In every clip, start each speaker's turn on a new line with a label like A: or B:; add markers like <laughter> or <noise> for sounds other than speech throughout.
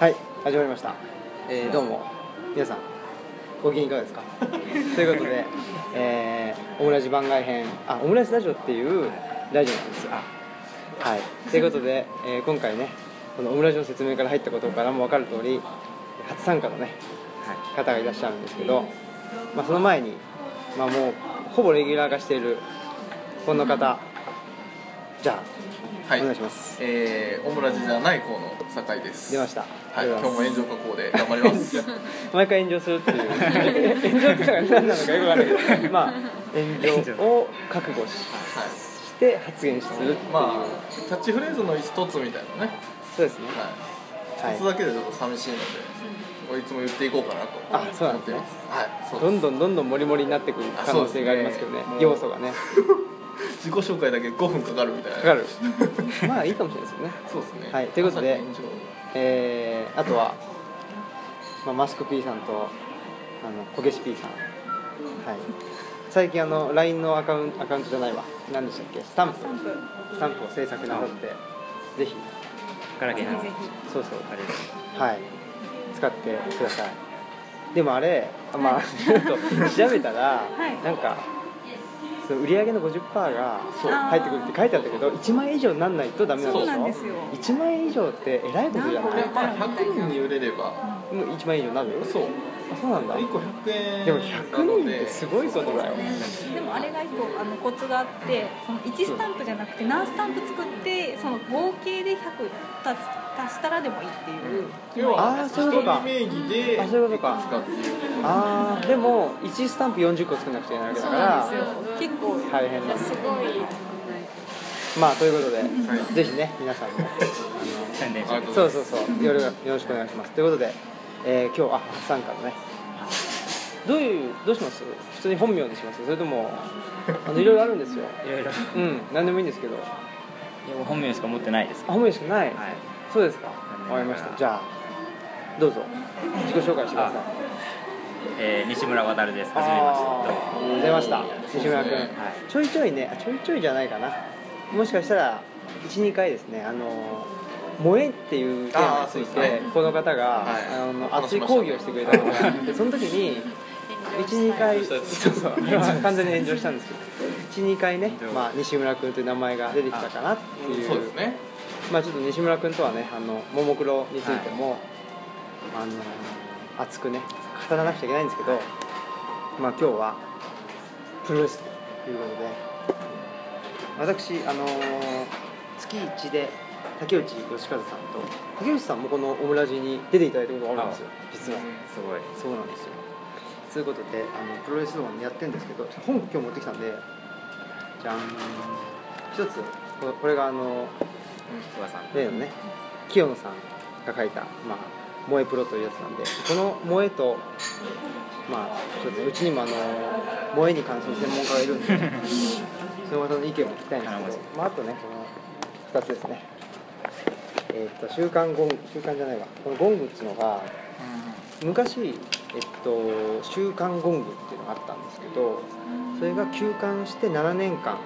A: はい始まりました
B: えー、どうも
A: 皆さんご機嫌いかがですかということで、えー、オムラジ番外編あオムラジラジオっていうラジオなんですよはいということで、えー今回ねこのオムラジの説明から入ったことからも分かる通り初参加のね
B: は
A: 方がいらっしゃるんですけど、まあ、その前に、まあ、もうほぼレギュラー化しているこの方じゃあ、
C: はい
A: お願いします
C: えー、オムラジじゃない方の酒井です
A: 出ました
C: はい、今日も
A: も
C: 炎上加工で頑張ります
A: <laughs> 毎回炎上するっていう炎上ってのが何なのかよくわかんないけどまあ炎上を覚悟し
C: は
A: して発言するっていう、
C: い、まあキャッチフレーズの一つみたいなね、
A: そうですね
C: は、
A: はいい
C: 一つだけでちょっと寂しいので、これいつも言っていこうかな
A: あそうな
C: と
A: ん
C: 思
A: で
C: っ
A: す
C: て
A: ね
C: ますはいそう
A: ど
C: で
A: んどんどんどんモリモリになってくる可能性がありますけどね
C: あそうですね
A: 要素がね
C: す自己紹介だけ5分かかるみたいな
A: かか
C: <laughs>
A: るまあいいかもしれないですよね
C: そうですね
A: はいということで
C: まさに炎
A: えーあとは、まあ、マスク P さんとあのこけし P さん、はい、最近あの LINE のアカウンアカウントじゃないわ何でしたっけスタンプスタンプを制作なさってぜひ
B: ガラケーの
D: ぜ
A: そうそう
B: あれ
A: はい使ってくださいでもあれまあちょっと調べたら、
D: はい
A: なんかその売り上げの50%が
C: そう
A: 入ってくるって書いてあったけど1万円以上にならないとダメなんで
D: そう
A: しょ
D: なんですよ
A: 1万円以上ってえらいことじゃな
C: 上で
A: い
C: これまあ100人に売れれば
A: もう1万円以上になる
C: そう
A: あそうなんだ
C: 1個100円
A: でも100人ってすごいことだよ
D: でもあれが一個あのコツがあってその1スタンプじゃなくて何スタンプ作ってその合計で100足す足したらでもいいっていう
C: 要は
A: あー
C: 一
A: そういうことか
C: 人名義で
A: あそういうことか
C: いくつっていう
A: あーでも1スタンプ40個作んなくちゃいけないわけだか
D: そう
A: ら
D: なんですよ結構
A: 大変なんですす
D: ごい
A: まあということで、
C: い
A: ぜひね皆さんも
B: 宣伝
C: ありがと
A: そう
C: ございます
A: そうそうよろよろしくお願いしますということで、えー今日あ初参加のねどういうどうします普通に本名にしますそれともあのいろいろあるんですよ
B: いろいろい
A: うん何でもいいんですけど
B: や本名しか持ってないです
A: あ本名しかない、
B: はい
A: そうですか
B: 残
A: わからりま
B: 念なが
A: したじゃあどうぞ自己紹介してください
B: えー、西村渉ですはじめましてどうも
A: あー出ました西村君、
C: そう
A: ちょい
C: ですね
B: はい
A: ちょいねあちょいちょいじゃないかなもしかしたら12回ですねあの萌えっていうテーマについ
C: あーそう
A: て、
C: ですね
A: この方が、
C: はい
A: あの
C: 話
A: 熱
C: し
A: い
C: ましたね
A: 講義をしてくれたのがあ
C: <laughs>
A: ってその時に12回
C: 炎上し
A: そうそう完全に炎上したんですけど12回ね、まあ、西村君という名前が出てきたかなっていう
C: そうですね
A: まあ、ちょっと西村君とはねあのももクロについても、あの熱くね語らなくちゃいけないんですけど、まあ、今日はプロレスということで私あの月1で竹内義和さんと竹内さんもこのオムラジに出ていただいたことがあるんですよ実は
B: すごい
A: そうなんですよということであのプロレス論やってるんですけどちょっと本今日持ってきたんでじゃん一つこれこれがあの
B: おばさん
A: 例のね清野さんが書いた「まあ、萌えプロ」というやつなんでこの「萌えと」まあちょっとねうちにもあの萌えに関する専門家がいるんで <laughs> その方の意見も聞きたいんですけど、まあ、あとねこの2つですねえっと「週刊ゴン」「週刊じゃないわ」この「ゴング」っていうのが昔、えっと「週刊ゴング」っていうのがあったんですけどそれが休刊して7年間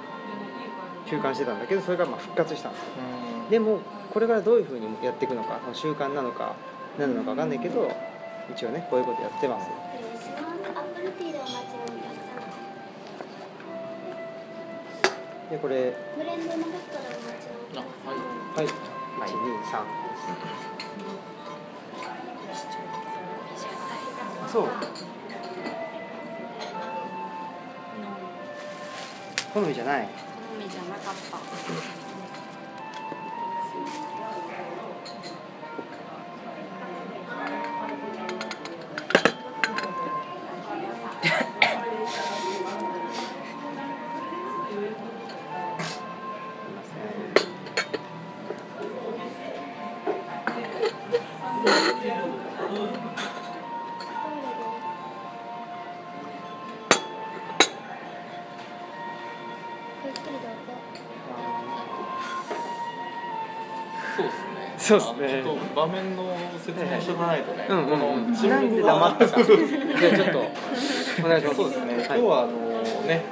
A: 休刊してたんだけどそれがまあ復活したんですよ
C: うん
A: でもこれからどういうふうにやっていくのかその習慣なのか何なのか分かんないけど一応ねこういうことやってます
E: 失礼します。アップルティーでお待ちのお客様。
A: でこれ
E: ブレンドのホットでお待ちの
C: あ
E: お客様。
C: はい
A: はい、
B: い
A: 123ですそう好みじゃない
F: 好みじゃなかった。
A: すいません
E: ゆっくりどうぞ。
C: そうですね。
A: そうっすね
C: あのちょっと場面の説明をしとかないとね。
A: うん
C: この
A: うん
C: 沈
A: なんで
C: 黙
A: 黙
C: が
A: ったかじゃあちょっとお願いします
C: そうですね。今
A: はい
C: 日はあのね、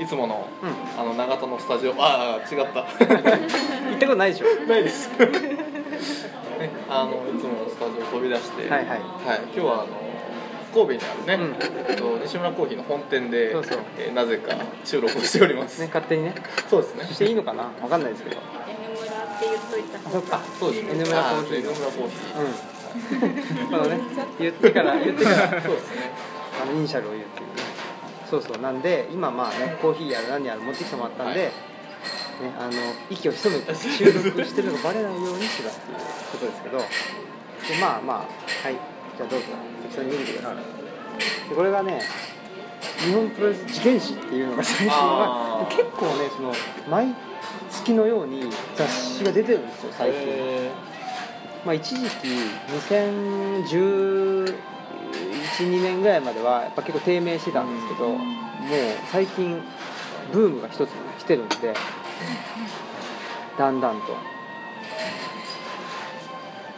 C: いつもの
A: うん
C: あの長田のスタジオ、ああ違った。
A: 行ったことないでしょ
C: ないです。 <laughs> ね、あのいつものスタジオ飛び出して、
A: はいはい
C: 今日はあの神戸にあるね、
A: うん
C: えっと西村コーヒーの本店で
A: そうそう
C: えーなぜか収録をしております、
A: ね勝手にね
C: そうですね
A: していいのかなわかんないですけど
D: 村って言っといた
A: あ
D: 方
A: そ
D: が
A: っか
C: そうですね
A: N 村コーヒー
C: あ N 村コーヒ
A: う
C: ー
A: ん <laughs> まあね言ってから言ってから
C: そうですね
A: あのイニシャルを言うっていうねそうそうなんで今まあねコーヒーやら何やら持ってきてもらったんで、
C: はい
A: ね、あの息を潜めて収録してるのバレないようにしてたっていうことですけどでまあまあはいじゃあどうぞ適当に見てくださいでこれがね日本プロレス事件史っていうのが最初は
C: あー
A: 結構ねその毎月のように雑誌が出てるんですよ最近、
C: え
A: まあ、一時期2011、2年ぐらいまではやっぱ結構低迷してたんですけど、
D: うん
A: もう最近ブームが一つ来てるんでだんだんと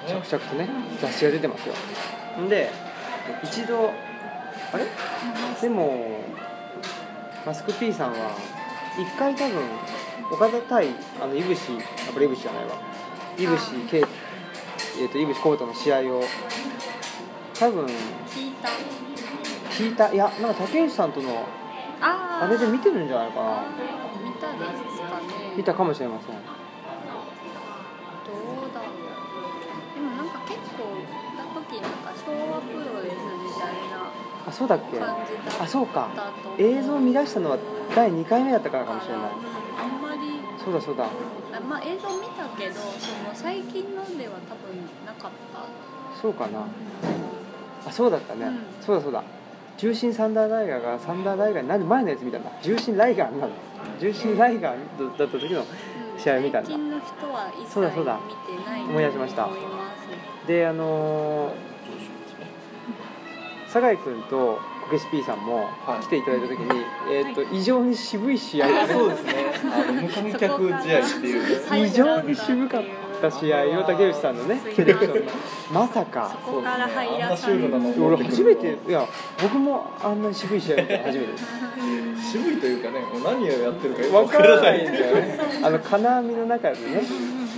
C: ー
A: 着々とね雑誌が出てますよんで一度あれでもマスク P さんは一回多分岡田対あの井口あこれ井口じゃないわ井口圭えっ、と井口浩太の試合を多分
D: 聞いた
A: 聞いたいやなんか竹内さんとの
D: あ
A: あれで見てるんじゃないかな
F: 見たですかね
A: 見たかもしれません
F: どうだろうでもなんか結構行った時なんか昭和プロレスみたい
A: あそうだっけ
F: な感じだった
A: あそうか
F: と思う
A: 映像を見出したのは第2回目だったからかもしれない
F: あんまり
A: そうだそうだ
F: あまあ映像見たけどその最近のでは多分なかった
A: そうかなあそうだったね、
F: うん
A: そうだそうだ重心サンダーライガーがサンダーライガーになる前のやつ見たんだ重心ライガーになる重心ライガーだった時の
F: うん
A: 試合見たんだ
F: 最近の人は一切
A: そう
F: 見
A: だそうだ
F: てない
A: 思い出しました
F: と思います
A: であのー酒井君とこけし P さんも
C: はい
A: 来ていただいた時に、えー、と異常に渋い試合
C: あそうですねあの無観客試合っていうね
F: 最後
A: 異常に渋かった試合を竹内さんのねセレクションのまさ
D: そ
A: か
D: こから入らさ
C: そうですねあんなシュールなの
A: 俺初めていや僕もあんな渋い試合見たの初めてです
C: 渋いというかねもう何をやってるかよく
A: わ
C: わ
A: か
C: からら
A: な
C: ない
A: ん
C: いん
A: だ
C: だ
A: よ
C: よ
A: ね
C: ね
A: あの金網の中でね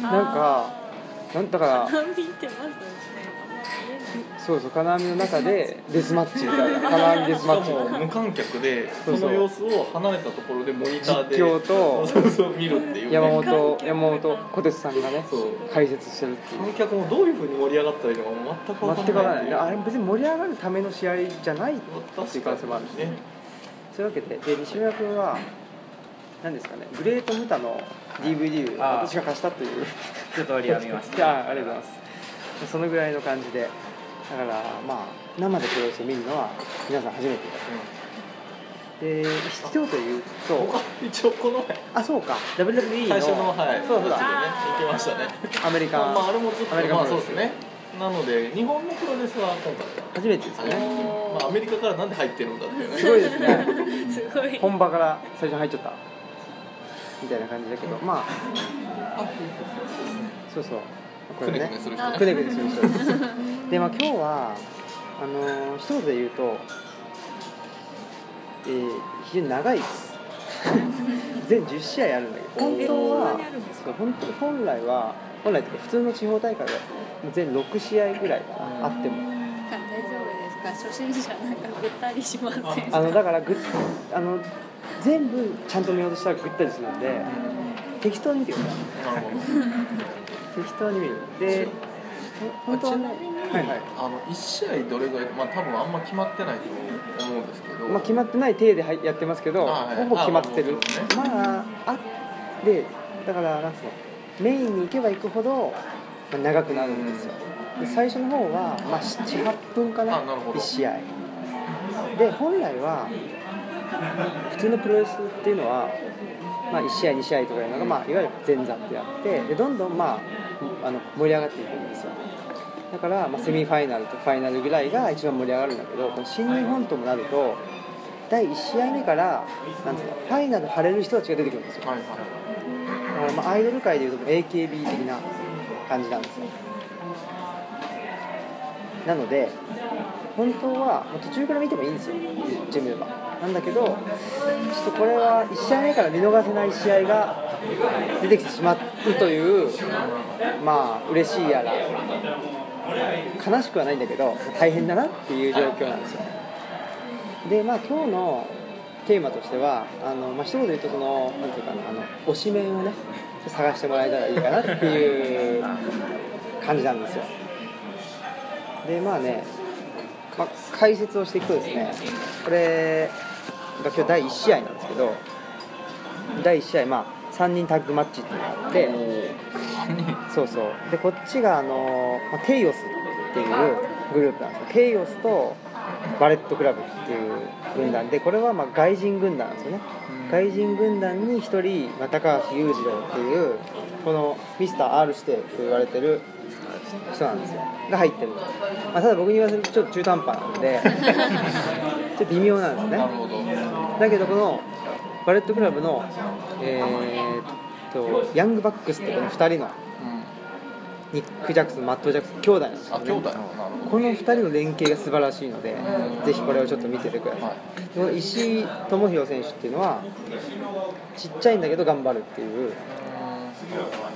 A: なんかなんだから
D: 見てますね
A: そうそう金網の中でデスマッチみたいな金網デス
C: し
A: マ
C: か
A: ッチみたい
C: も無観客で
A: そ
C: そう
A: そう
C: の様子を離れたところでモニターで
A: 実況と
C: そうそう見るっていう、ね、
A: な山本山本小鉄さんがね
C: そう
A: 解説してるっていう
C: 観客もどういうふうに盛り上がったらいいのかも全くわ
A: 全く
C: から
A: わから
C: な
A: ないいあれ別に盛り上がるための試合じゃないっていう
C: 確
A: 可
C: か
A: 能性もあるし
C: にね
A: そういうわけでで西村君は何ですかねグレートムタの DVD を
B: あー
A: 私が貸したという
B: 一通りは見ました
A: じ <laughs> ゃあありがとうございますそのぐらいの感じでだからまあ生でプロレスを見るのは皆さん初めてで必要という
C: うん
A: と
C: 僕は一応この前
A: あそうか WWE の
C: 最初のはい
A: そうだそうだ
C: 行きましたね
A: アメリ
C: ま
A: カ
C: あ、まあ、あれもずっと
A: アメリカ
C: まあ
A: プロ
C: そう
A: レ
C: で
A: ス
C: すねなので日本のプロレスは今回
A: 初めてですよ
C: 初
A: ね
C: めまあ、アメリカからなんで入ってるんだっていうね
A: すごいですね
D: すごい
A: 本場から最初に入っちゃったみたいな感じだけどまあそうそうこ
C: く
A: れ
C: ねく
A: ね
C: ねする人ね
A: くねくねする人ですでまあ今日はあのー一言で言うと、えー非常に長いです <laughs> 全10試合あるんだけど本当は
D: えそんなにあるんですか
A: そう本当本来は本来っていうか普通の地方大会で全6試合ぐらいかなあっても
F: 大丈夫ですか初心者なんかぐったりしません
A: あのだからぐあの全部ちゃんと見ようとしたらぐったりするんで適当に見てください
C: なるほど
A: 適当に見るでほ本当はね
C: あ
A: はいはい
C: あの1試合どれぐらいまあ多分あんま決まってないと思うんですけど、
A: まあ、決まってない体ではいやってますけど
C: あはい
A: ほぼ決まってる
C: あ
A: まああでだからなんつうのメインに行けば行くほどまあ長くなるんですよで最初の方は、まあ、78分かな
C: あなるほど
A: 1試合で本来は普通のプロレスっていうのは、まあ、1試合2試合とかいうのが、まあ、いわゆる前座ってやってでどんどん、まあ、あの盛り上がっていくんですよだから、まあ、セミファイナルとファイナルぐらいが一番盛り上がるんだけどこの新日本ともなると第1試合目からなんつうのファイナル張れる人たちが出てくるんですよ
C: はいは
A: だからまあアイドル界でいうと AKB 的な感じなんですよなので本当はまあ途中から見てもいいんですよ言ってみればなんだけどちょっとこれは1試合目から見逃せない試合が出てきてしまうというまあ嬉しいやら悲しくはないんだけど大変だなっていう状況なんですよでまあ今日のテーマとしてはあの、まあ、一言で言うとそのなんていうかなあの推し面をね探してもらえたらいいかなっていう感じなんですよでまあね、まあ、解説をしていくとですねこれが今日第1試合なんですけど第1試合、まあ、3人タッグマッチっていうのがあってそうそうでこっちがあの、まあ、ケイオスっていうグループなんですよケイオスとバレットクラブっていう軍団でこれはまあ外人軍団なんですよね外人軍団に1人、まあ、高橋裕次郎っていうこのミスター R 指定と言われてる人なんですよが入ってる、まあ、ただ僕に言わせるとちょっと中途半端なの
C: <laughs>
A: でちょっと微妙なんですね
C: なるほど。
A: だけどこのバレットクラブのえーっとヤングバックスってこの2人の
C: うん
A: ニック・ジャクソンマット・ジャクソン兄弟なんですよ
C: あ、
A: ね
C: 兄弟。なるほど。
A: この2人の連携が素晴らしいので
C: うん
A: ぜひこれをちょっと見ててください
C: はい。
A: でこの石井智弘選手っていうのはちっちゃいんだけど頑張るっていう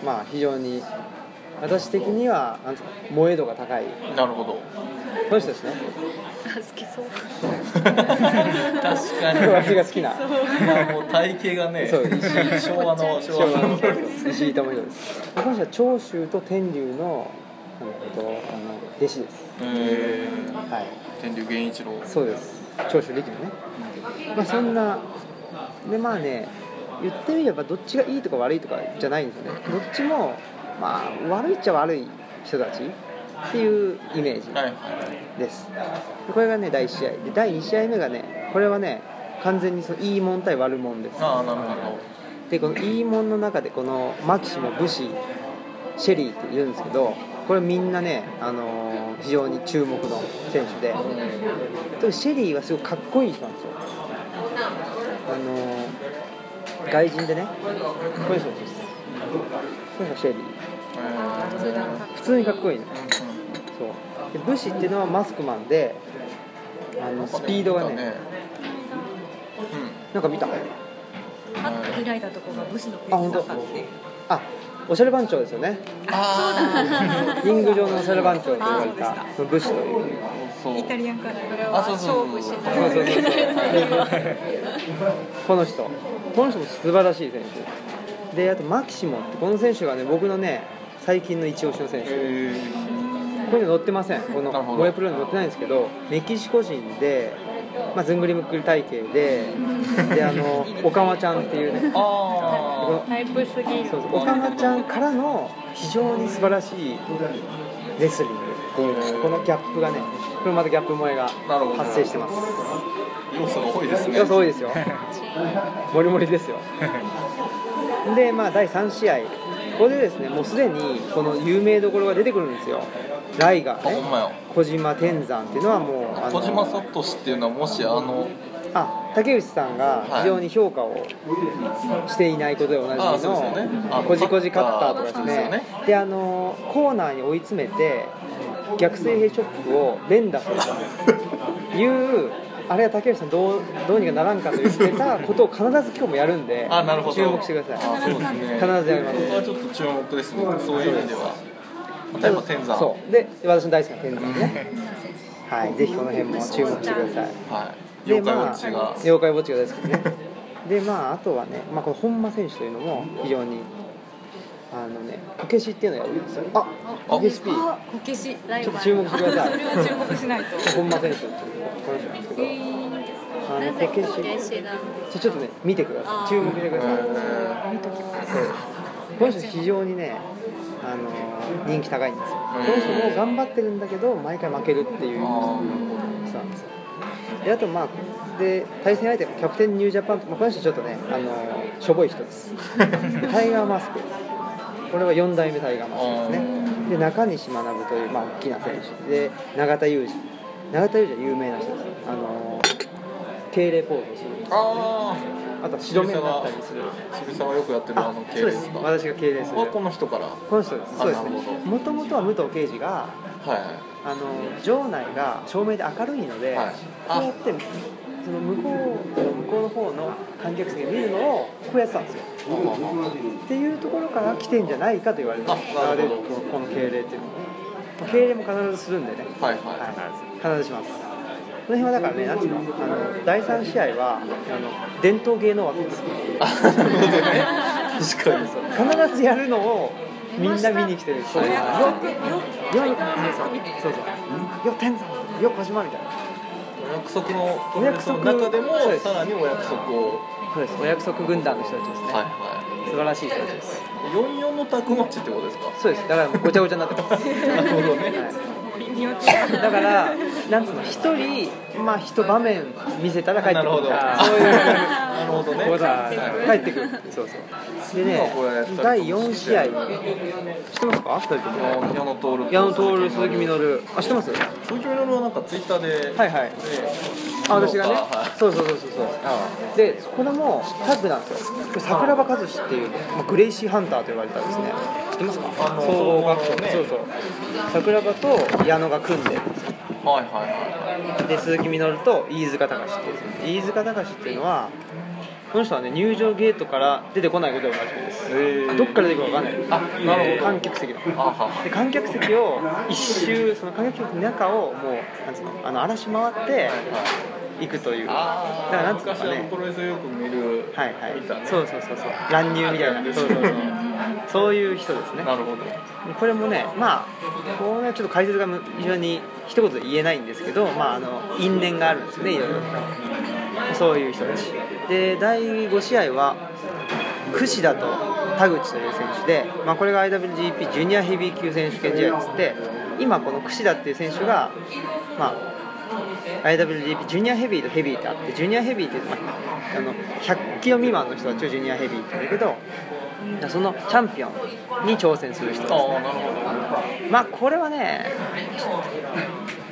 A: まあ非常に私的にはなんていうか萌え度が高い
C: なるほど。
A: この人ですね
F: 好きそう
C: 確かに。
A: 私が好きな
C: もう体型がね、
A: そう
C: 昭和の昭
A: 昭
C: 和
A: 和
C: の
A: の。石井智弘ですこの人は長州と天竜のえっとあの弟子です
C: えー
A: はい
C: 天竜源一郎。
A: そうです長州力のね、まあ、そんなでまあね言ってみればどっちがいいとか悪いとかじゃないんですよねどっちもまあ悪いっちゃ悪い人たちっていうイメージ
C: はいはい。
A: ですでこれがね第1試合で第2試合目がねこれはね完全にそのいいもん対悪もんです
C: ああ、なるほ
A: でこのいいもんの中でこのマキシも武士シェリーっているんですけどこれみんなね、あのー非常に注目の選手で特にシェリーはすごくかっこいい人なんですよあのー外人でねこれそうですこれがシェリー
C: ど。えー
A: 普通にかっこいいの
C: う
A: そうで武士っていうのはマスクマンであ
C: んう
A: の
C: ん
A: スピードがね。なんか見た
D: パッと開いたとこが武士のペ
A: あ本
D: ー
A: 当
D: スだったって
A: あおしゃれ番長ですよね
C: あ
A: リング上のおしゃれ番長と言われ
D: あ
A: た
D: そうで
A: その武士という
C: あー、そう。
D: イタリアンからこれは
C: あそうそう
D: 勝
C: そ
D: 負し
A: そう
C: う
A: そうそ
D: ない
A: う
D: といけない
F: <laughs>
A: この人この人も素晴らしい選手であとマキシモってこの選手がね僕のね最近の一押しの選手こ
C: え
A: こには載ってませんこの
C: なるほど
A: モエプロに載ってないんですけどメキシコ人で、まあ、ずんぐりむっくり体型でであのオカマちゃんっていうね
C: ー。あ
D: タイプすぎる
A: そうそうオカマちゃんからの非常に素晴らしいレスリングっていうねこのギャップがねこれまたギャップ萌えが
C: なるほど
A: 発生してます
C: あ、要素が多いですね。
A: 要素多いですよモリモリですよでまあ第3試合ここでですねもうすでにこの有名どころが出てくるんですよライガ
C: あ、
A: ー
C: ほんま
A: ね
C: よ。
A: 小島天山っていうのはもうあ
C: 小島
A: の
C: 聡っていうのはもしあの
A: あ竹内さんが非常に評価をしていないことでおなじ
C: あ
A: み
C: ーそうですよね
A: の
C: あ
A: こじこじカッターとかです
C: そうですよ
A: ね
C: ね
A: であのコーナーに追い詰めて逆水平チョップを連打するというあれは竹内さんどうどうにかならんかと言ってたことを必ず今日もやるんで
C: あなるほど
A: 注目してください
C: あそうですね
A: 必ずやります
C: これはちょっと注目ですねそういう意味では例えば天山
A: そうで私の大好きな天山ねはいぜひこの辺も注目してください
C: はい
A: で
C: 妖怪ウ
A: ま
C: ォ
A: あ
C: ッチが、
A: 妖怪ウォッチが大好きですねでまああとはね、まあ、この本間選手というのも非常にあのねこけしっていうのをやるんですよあこけし P
F: あ
A: ち
F: こけしライ
A: ょっ
F: バ
A: と
F: ル
A: 注目してくだ
D: そ
A: さい
D: れは注目しないと
A: 本間選手っていうこの人なんですけどあ
F: な
A: の
F: ぜ
A: こけし
F: こけしなの
A: ちょちょっとね見てくださ
F: あー
A: い注目してください
C: え
A: そうこの人非常にねあのー人気高いんですよこの人も頑張ってるんだけど毎回負けるっていう人
C: ー、あ
A: なんですよであとまあで対戦相手もキャプテンニュージャパン、まあ、この人ちょっとねあのーしょぼい人
C: <laughs>
A: ですでタイガーマスクこれは4代目タイガーマスクですねで中西学という、まあ、大きな選手で永田裕二永田裕二は有名な人ですあのー敬礼ポーズをする
C: ーあ
A: あとは白目になったりする
C: ー渋沢よくやってるあ
A: あ
C: の系
A: そうで
C: で
A: すす
C: か
A: 私が敬礼する
C: はこの人から
A: この人です
C: あ
A: そうですね
C: なるほど
A: もともとは武藤敬司が
C: はいはい
A: あの場内が照明で明るいので、
C: はい
A: こ
C: あ
A: うやってその向こう向こうの方の観客席で見るのをこうやってたんですよっていうところから来てんじゃないかと言われて
C: あ
A: ます
C: なるほど
A: このこの敬礼っていうのはまあ敬礼も必ずするんでね、
C: はい <laughs> は
A: はい、必ずしますこの辺はだからね、なんていうの、あの第三試合はあの伝統芸能枠ですよ。
C: いあなるほどね確かに
A: 必ずやるのをみんな見に来てる。
C: そう
A: よ
C: だ
D: よくよ
A: く、よく、そうそう、よ天山、よ小島みたいな。
C: お約束の
A: お約束
C: の中でも
A: そうです
C: さらにお約束を
A: そうです。お約束軍団の人たちですね。
C: はいは
A: 素晴らしい人たちです。
C: い44のタッグマッチってこと
A: <laughs>
C: ですか
A: そうです。だからもうごちゃごちゃになってます。
C: なるほどね
A: はいだから、なんつうの、一人、まあ、一場面見せたら帰って
C: な
A: く
C: る
A: る
C: ほど
A: から。そういう。
C: なるほどね
A: こうだ
C: はい
A: 帰ってくる。そうそう。でね
C: これ、
A: 第四試合。知ってますか？二人とも。
C: あの矢野徹と
A: 矢野徹、鈴木みのる。あ、知ってます？は
C: 鈴木みのるはなんかツイッターで、
A: いはい。あ、
C: あ
A: 私がね
C: は。
A: そうそうそうそうそう。で、これもタッグなんですよ。これ桜庭和志っていう、まあ、グレイシーハンターと言われたですね。知ってますか
C: あ？の
A: 総合学校
C: 総合のね
A: そうそう。桜庭と矢野が組んでるんですよ。
C: いはいはいはい
A: で鈴木みのると飯塚隆っていう飯塚隆っていうのはこの人はね入場ゲートから出てこないことがおなじみですどっから出てくるかわかんない
C: あなるほど
A: 観客席の
C: あは
A: で観客席を一周その観客席の中をもうなんつうのあの嵐回って行くというだ
C: あ
A: からなんつうの
C: 昔
A: か
C: あの
A: ね
C: プロレスよく見る
A: はいはい
C: 見たね
A: そうそうそうそう乱入みたいなそうそうそうそういう人ですね
C: なるほど
A: これもねまあこれはちょっと解説がむ非常に一言で言えないんですけど、まあ、あの因縁があるんですよねいろいろそういう人たちで第5試合は櫛田と田口という選手で、まあ、これが IWGP ジュニアヘビー級選手権試合ですって今この櫛田っていう選手がまあ IWGP ジュニアヘビーとヘビーってあってジュニアヘビーって、まあ、あの100キロ未満の人は一応ジュニアヘビーって言うんだけどそのチャンピオンに挑戦する人です
C: あ
A: ね
C: あなるほど
A: まあこれはね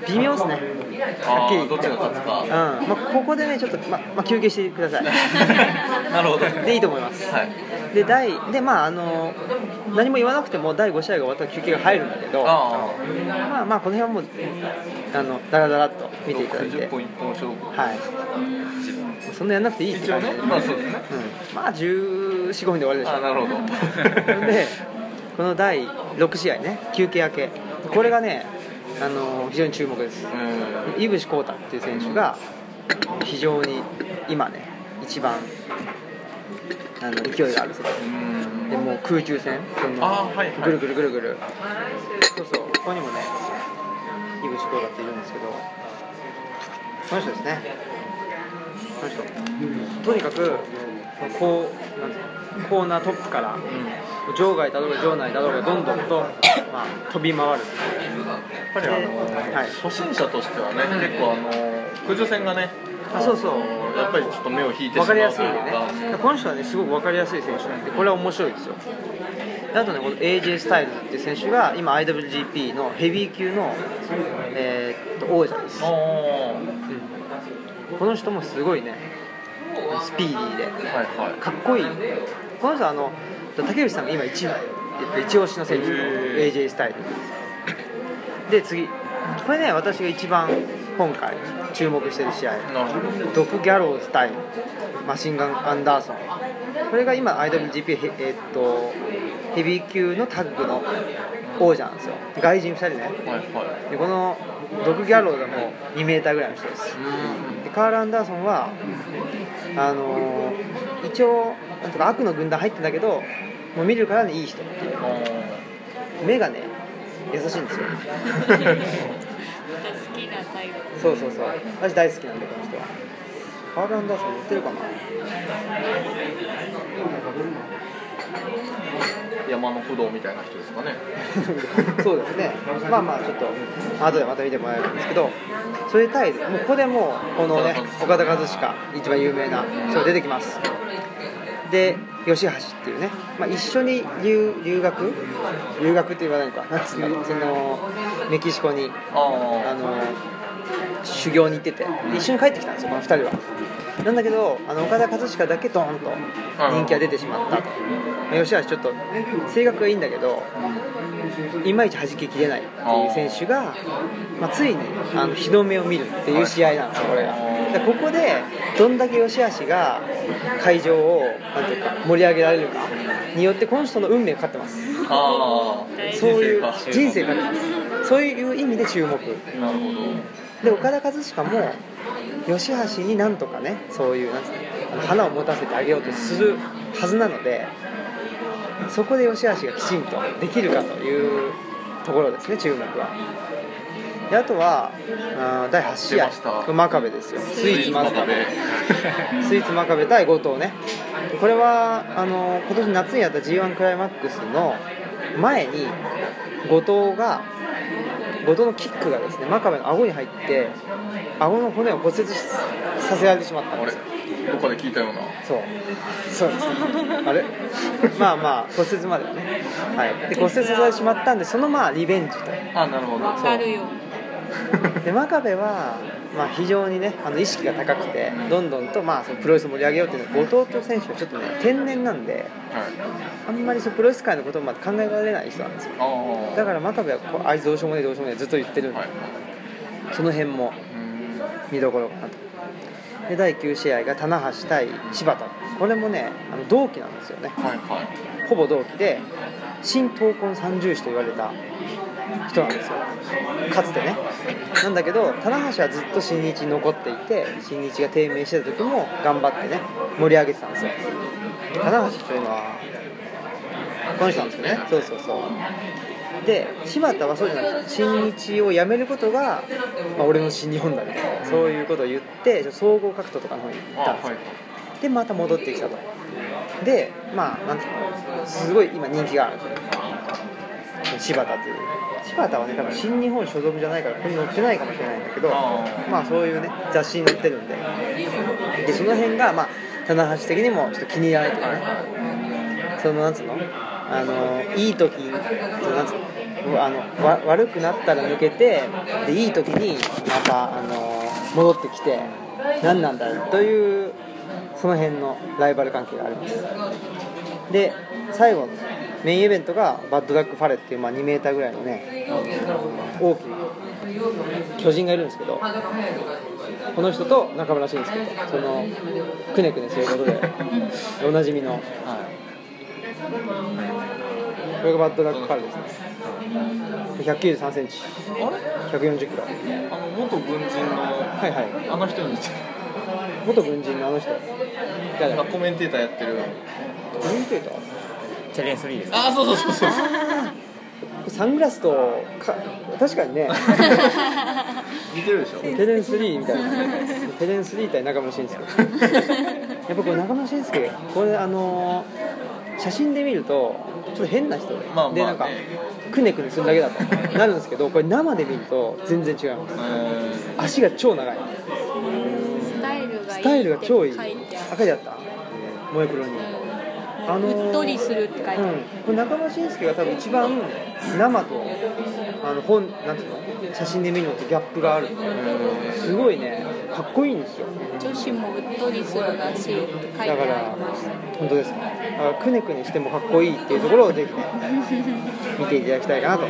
A: 微妙ですねは
C: あ
A: っきり
C: あ
A: 言
C: ど
A: っ
C: ってち
A: うん
C: が勝つか
A: まあ、ここでねちょっと、ままあ、休憩してください
C: <laughs> なるほど
A: でいいと思います
C: はい
A: で第でまああの何も言わなくても第5試合が終わったら休憩が入るんだけど
C: ああ
A: まあまあこの辺はもうあのダラダラっと見ていただいて
C: 60分一本勝負
A: はいそんなやんなくていいって
C: 一応
A: 感じ
C: ね
A: で、
C: まあそうですね
A: うん、まあ14、15分で終わるでしょ
C: ああなるほ
A: <laughs>
C: ど
A: でこの第6試合ね休憩明けこれがねあの非常に注目です
C: うん
A: 井口浩太っていう選手が非常に今ね一番あの勢いがあるそうです
C: うん
A: でもう空中戦その
C: あーはいはい
A: ぐるぐるぐるぐるそうそうここにもね井口浩太っているんですけどこの人ですねこの人とにかくこうなんていうのコーナートップから
C: うんや
A: 場外だろうが場内だろうがどんどんと、まあ、飛び回る
C: っぱりあの
A: はい
C: 初心者としてはね結構あの空中戦がね
A: あそうそう
C: やっぱりちょっと目を引いてし
A: 分
C: ま
A: か
C: うと
A: り
C: い
A: や
C: う
A: すいんでねこの人はねすごく分かりやすい選手なんでこれは面白いですよであとねこの AJ スタイルズっていう選手が今 IWGP のヘビー級の、えーっと王者です、
C: ああ
A: うんこの人もすごいねスピーディーで
C: はいはい
A: かっこいいこの人はあの竹内さんが今一,、えっと、一押しの選手の
C: へー
A: AJ スタイルで次これね私が一番今回注目してる試合
C: なるほど
A: ドク・ギャローズ対マシンガン・アンダーソンこれが今 IWGP ヘ,、えっとヘビー級のタッグの王者なんですよ外人2人ね
C: はいはい
A: でこのドク・ギャローズはもう2メーターぐらいの人ですでカール・アンダーソンはあのー一応なんとか悪の軍団入ってんだけどもう見るからにいい人っていう目がね優しいんですよ
F: 好きなタイプ
A: そうそうそう私大好きなんでこの人はカール・アンダーソン乗ってるかな
C: うん山の不動みたいな人ですかね
A: そうですね、まあまあ、ちょっと後でまた見てもらえるんですけど、それに対して、もうここでもう、このね、岡田和志か、一番有名な人が出てきます。で、吉橋っていうね、まあ、一緒に留留学、留学って言わないのか、なんつうんだろう、そのメキシコに、
C: あ
A: あ
C: あ
A: の修行に行っててで一緒に帰ってきたんですよこの2人はなんだけどあの岡田和親だけドーンと人気が出てしまったと吉橋ちょっと性格がいいんだけどいまいち弾ききれないっていう選手が、まあ、ついにあの日の目を見るっていう試合なんですよこれがでここでどんだけ吉橋が会場をなんていうか盛り上げられるかによってこの人の運命がかかってます
C: ああ
A: そういう
C: 人
A: 人生がかかってますそういう意味で注目
C: 生かなるほど
A: で岡田和親も吉橋になんとかねそういうなんつうのあの花を持たせてあげようとするはずなのでそこで吉橋がきちんとできるかというところですね注目はであとはあー第8試
C: 出ました
A: 合真壁ですよスイーツ真
C: 真
A: 壁
C: 壁
A: <laughs> スイーツ真壁対後藤ねこれはあの今年夏にやった g 1クライマックスの前に後藤が後藤のキックがですね真壁の顎に入って顎の骨を骨折しさせられてしまったん
C: あ
A: で
C: れ
A: すよ
C: どっかで聞いたような
A: そうそうですあれまあまあ骨折まではね、はい、で骨折させてしまったんでそのまあリベンジと
C: あなるほど
D: わかるよ
A: で真壁は、まあ、非常にねあの意識が高くてどんどんと、まあ、そのプロレスを盛り上げようっていうのは後藤選手はちょっとね天然なんで
C: はい
A: あんまりそのプロレス界のことまで考えられない人なんですよ
C: ああ
A: だからら真壁はこうあいつどうしようもねえどうしようもねえずっと言ってるんで、
C: はい
A: その辺も
C: うん
A: 見どころかなとで第9試合が棚橋対柴田これもねあの同期なんですよね
C: はいはい
A: ほぼ同期で新闘魂三重士と言われた人なんですよかつてねなんだけど棚橋はずっと新日に残っていて新日が低迷してた時も頑張ってね盛り上げてたんですよ棚橋というのはこの人なんですよねそうそうそうで柴田はそうじゃないですか新日を辞めることが、まあ、俺の新日本だみたいなそういうことを言って総合格闘とかの方に行ったん
C: あ
A: ですよ
C: はい
A: でまた戻ってきたとでまあなんていうのすごい今人気がある柴田という柴田はね多分新日本所属じゃないからここに載ってないかもしれないんだけど
C: あ
A: まあそういうね雑誌に載ってるんででその辺がまあ棚橋的にもちょっと気に入らないというかねそのなんつうのあのいい時になんつうのあのわ悪くなったら抜けてでいい時にまたあの戻ってきて何なんだろうというその辺のライバル関係がありますで最後のメインイベントがバッドダックファレっていう、まあ、2メーターぐらいのね大きな巨人がいるんですけどこの人と中村俊輔とそのくねくねすることでおなじみのこれがバッドダックファレですね1 9 3センチ1 4 0キロは
C: あの元軍人
A: い
C: の
A: はい
C: あの人に似てる
A: 元軍人のあの人誰
C: 今コメンテーターやってる
A: コメンテーター
B: チャレンスリーです
C: ああそうそうそうそう
A: サングラスとか確かに <laughs> ね
C: <laughs> 似てるでしょ
A: テレンスリーみたいなテレンスリー対中村俊 <laughs> 輔やっぱこれ中村俊輔これあのー写真で見るとちょっと変な人で、
C: まあまあね
A: でなんかくねくねするだけだとなるんですけどこれ生で見ると全然違います
C: うん
A: 足が超長い
F: スタイルがいい
A: スタイルが超いい
F: って書いてあ
A: 赤いだった萌えプロに、
F: る
A: あのー
F: うっとりするって書いてある、
A: うん、これ中村俊輔が多分一番生とあの本なんていうの写真で見るのとギャップがあるすごいねかっこいいんですよ
F: 女子もうっとりするらしいって書
A: だか
F: いてあ
A: ら
F: りました
A: 本当ですかだからくねくねしてもかっこいいっていうところをぜひね見ていただきたいかなと、ま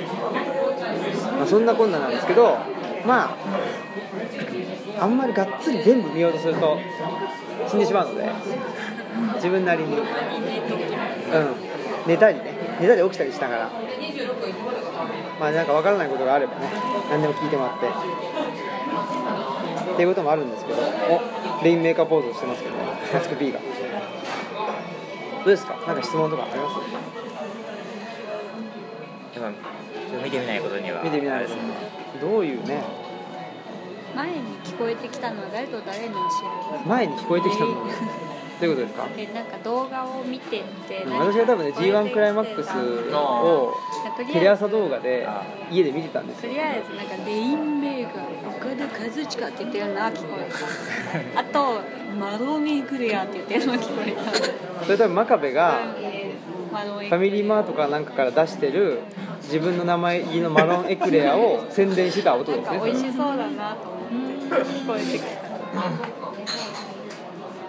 A: あ、そんなこんななんですけどまああんまりがっつり全部見ようとすると死んでしまうので自分なりにうん寝たりね寝たり起きたりしながらまあなんかわからないことがあればね何でも聞いてもらってっていうこともあるんですけどおレインメーカーポーズしてますけどねマスク B がどうですかなんか質問とかあります
B: でも見てみないことには
A: 見てみないですねどういうね
F: 前に聞こえてきたのは誰と誰の試合
A: 前に聞こえてきたのどういうことですか
F: えなんか動画を見ててなんか
A: 私が多分ね
F: 聞こえてきてた
A: G1 クライマックスを
F: とり
A: テレ
F: あえず
A: 朝動画で家で見てたんです
F: と
A: よ
F: りあえずなんかレインメーカー岡田和親って言ってるのは聞こえ
A: <laughs>
F: たあとマロミークレアって言ってるのは聞こえた
A: それ多分真壁が
F: マロ
A: ファミリーマートかなんかから出してる自分の名前入りのマロンエクレアを宣伝した音で
G: な
A: す
G: ん
A: ね
G: か美味しそうだなと思って聞こえてきた。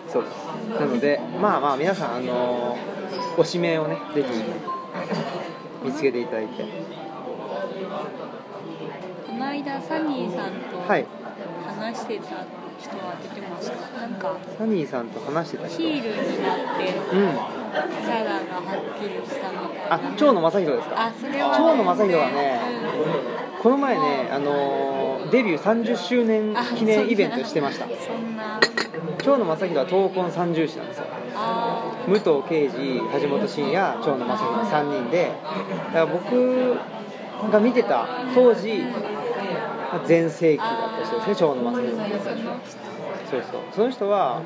A: そうですなのでまあまあ皆さんあの推し名をねぜひ見つけていただいて
F: この間サニーさんと
A: はい
F: 話してた人は出てましたなんか
A: サニーさんと話してた人
F: ヒールになっ
A: う
F: て
A: ん
F: キャラがはっきりしたみたいな
A: あ蝶野正宏ですか
F: あそれは
A: 蝶野正宏はねこの前ね、あのーデビュー30周年記念イベントしてました
F: うんそんな
A: 蝶野正宏は闘魂三重士なんですよ
F: あ
A: 武藤敬司橋本真也蝶野正宏の3人でだから僕が見てた当時全盛期だった人ですね蝶野正宏そうそうその人は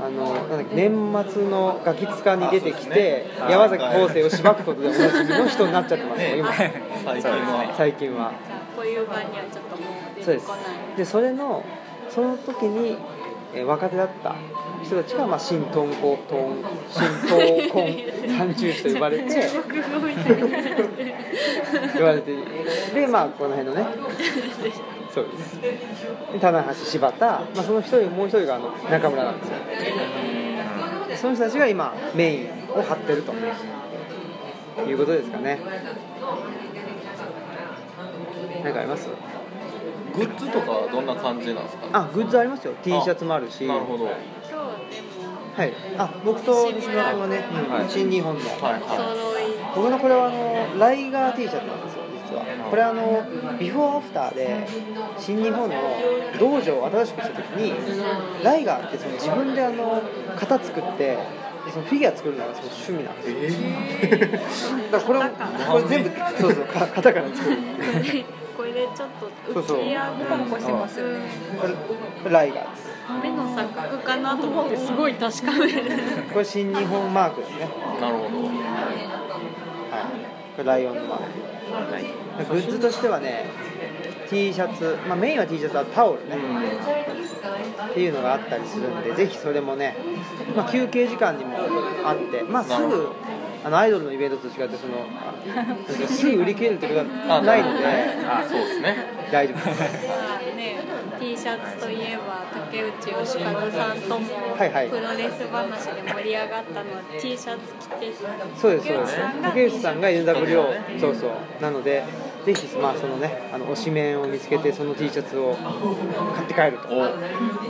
A: あのなんだっけ年末のガキ使に出てき
C: あそうで
A: て、
C: すね
A: 山崎邦生をしばくことでおなじみの人になっちゃってますよ今
C: 最近は
A: 最近は
F: ーじゃあこういう場にはちょっともう
A: そう
F: 出
A: で
F: て
A: す
F: こない
A: でそれのその時に、えー若手だった人たちが、まあ、新東高東新東婚三中士と呼ばれて
F: <laughs>
A: 呼ばれてでまあこの辺
F: <laughs>
A: のねそうですで棚橋柴田、まあ、その一人もう一人があの中村なんですよその人たちが今メインを張ってるということですかね何かあります
C: グッズとかはどんな感じなんですか
A: あグッズありますよ T シャツもあるし
C: なるほどは
F: 今日でも
A: はい、あ僕と西村君はね、うん新日本の、
C: い
F: お
C: は
F: 揃い
A: 僕のこれはあのライガー T シャツなんですよ実はこれはあのビフォーアフターで新日本の道場を新しくした時にライガーってその自分であの型作ってそのフィギュア作るのがその趣味なんですよ <laughs> だからこれをこれ全部そうそうか型から作る
F: これでちょっと
A: そうそう
F: 浮き上がる
A: してますよこれライガーです
F: 目の錯覚かなと思ってすごい確かめる
A: これ新日本マークですね
C: いなるほど
A: はい、これライオンのマークグッズとしてはね T シャツ、まあ、メインは T シャツはタオルね、っていうのがあったりするんでぜひそれもね、まあ、休憩時間にもあって、まあ、す
C: なるほ
A: ぐ
C: ど
A: あのアイドルのイベントと違ってその
C: <laughs>
A: あすぐ売り切れるってことは
C: あ
A: ないので
C: あそうですね
A: 大丈夫です
F: まあね、T シャツといえば竹内義和さんともプ
A: はいはい
F: ロレス話で盛り上がったのは T シャツ着て
A: そうですそうです竹
F: 竹
A: 内
F: 内
A: さ
F: さ
A: んが NW をそうそうなのでぜひ、まあ、そのねあの推しメンを見つけてその T シャツを買って帰ると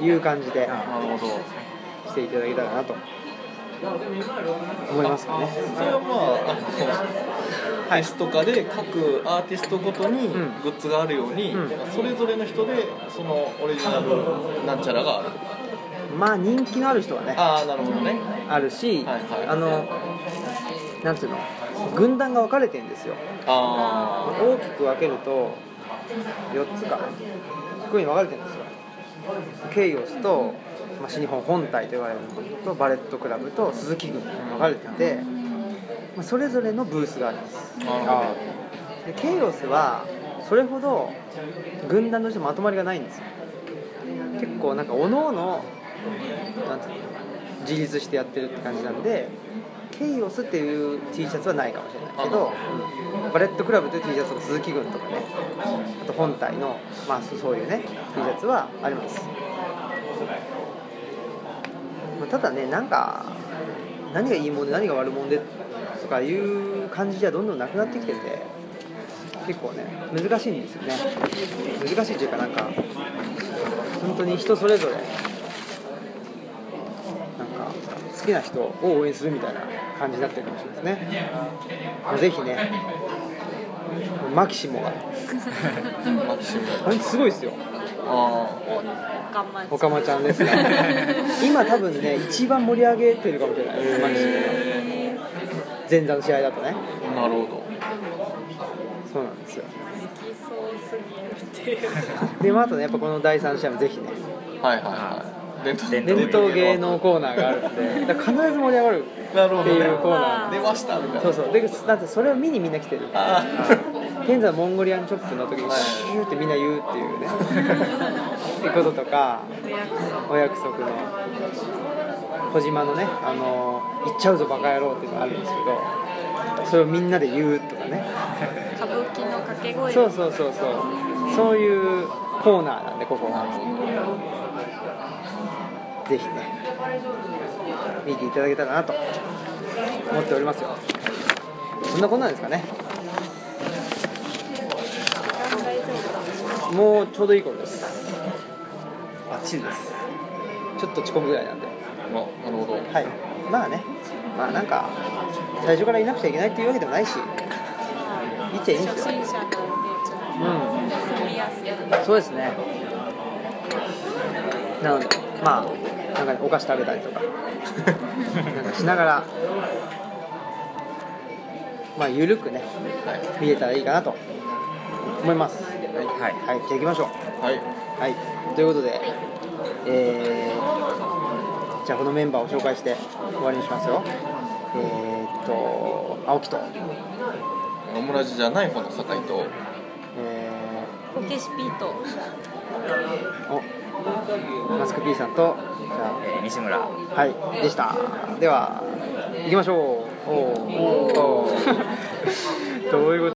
A: いう感じで。
C: なるほど
A: していただけたらなと思いますかね。
C: それはまあ、あのテスト化で各アーティストごとに
A: ん
C: グッズがあるように、
A: うん
C: それぞれの人でそのオリジナルなんちゃらがある
A: まあ人気のある人はね
C: ああなるほどね
A: あるし、
C: はいはい
A: あのなんていうの軍団が分かれてるんですよ。
C: あ
A: 大きく分けると4つかこういうふうに分かれてるんですよケイオスと、まあ、新日本本体と言われるのとバレットクラブと鈴木軍に分かれてて、まあ、それぞれのブースがあるんです
C: なるほど
A: でケイオスはそれほど軍団としてまとまりがないんですよ結構なんかおのおのなんていうの自立してやってるって感じなんでケイオスっていう T シャツはないかもしれないけどバレットクラブという T シャツが鈴木軍とかねあと本体の、まあ、そそういうね T シャツはあります、まあ、ただねなんか何がいいもんで何が悪もんでとかいう感じじゃどんどんなくなってきてて結構ね難しいんですよね難しいというかなんか本当に人それぞれなんか好きな人を応援するみたいな感じになってるかもしれないですねまあぜひねマキシモが
C: あマキシム
A: 本当にすごいですよ
C: あ
F: おかま
A: おかまちゃんですが今多分ね一番盛り上げてるかもしれないですマキシモが前座の試合だとね
C: あなるほど
A: そうなんですよ
F: そうすぎるっていう
A: でまああとねやっぱこの第3試合もぜひね
C: はいはいはい伝統
A: 伝統芸能コーナーがあるんでだから必ず盛り上がる
C: なるほ
A: っ
C: ど、
A: て
C: ね、
A: いうコーナー
C: 出ましたみたいな
A: そうそうでだってそれを見にみんな来てる
C: あ
A: <laughs> 現在モンゴリアンチョップの時にシューってみんな言うって <laughs> いうねってこととかお約束の小島のね「あの行っちゃうぞバカ野郎」っていうのがあるんですけどそれをみんなで言うとかね
F: 歌舞伎の掛け声
A: そうそうそうそうそういうコーナーなんでここはぜひね見ていただけたらなと思っておりますよそんなこんなんですかねもうちょうどいい頃ですバッチリですちょっと遅刻ぐらいなんで
C: <laughs> あなるほど
A: はいまあねまあなんか最初からいなくちゃいけないっていうわけでもないしいっちゃいいんですよ
F: 初心者なんでちょっ
A: うん
F: と住みやすい
A: そうですねなのでまあなんか、ね、お菓子食べたりとかなんかしながらまあゆるくね
C: はい
A: 見れたらいいかなと思います
B: はい
A: はいじゃあ行きましょう
C: はい
A: はいということで、えーじゃあこのメンバーを紹介して終わりにしますよえー、っと青木と
C: オムラジじゃない方の酒井と
A: え
D: こけしピート
A: ー、おマスク P さんとじゃあ
B: えー西村は
A: はい、でした。では、行きましょう。おーおー <laughs> どういうこと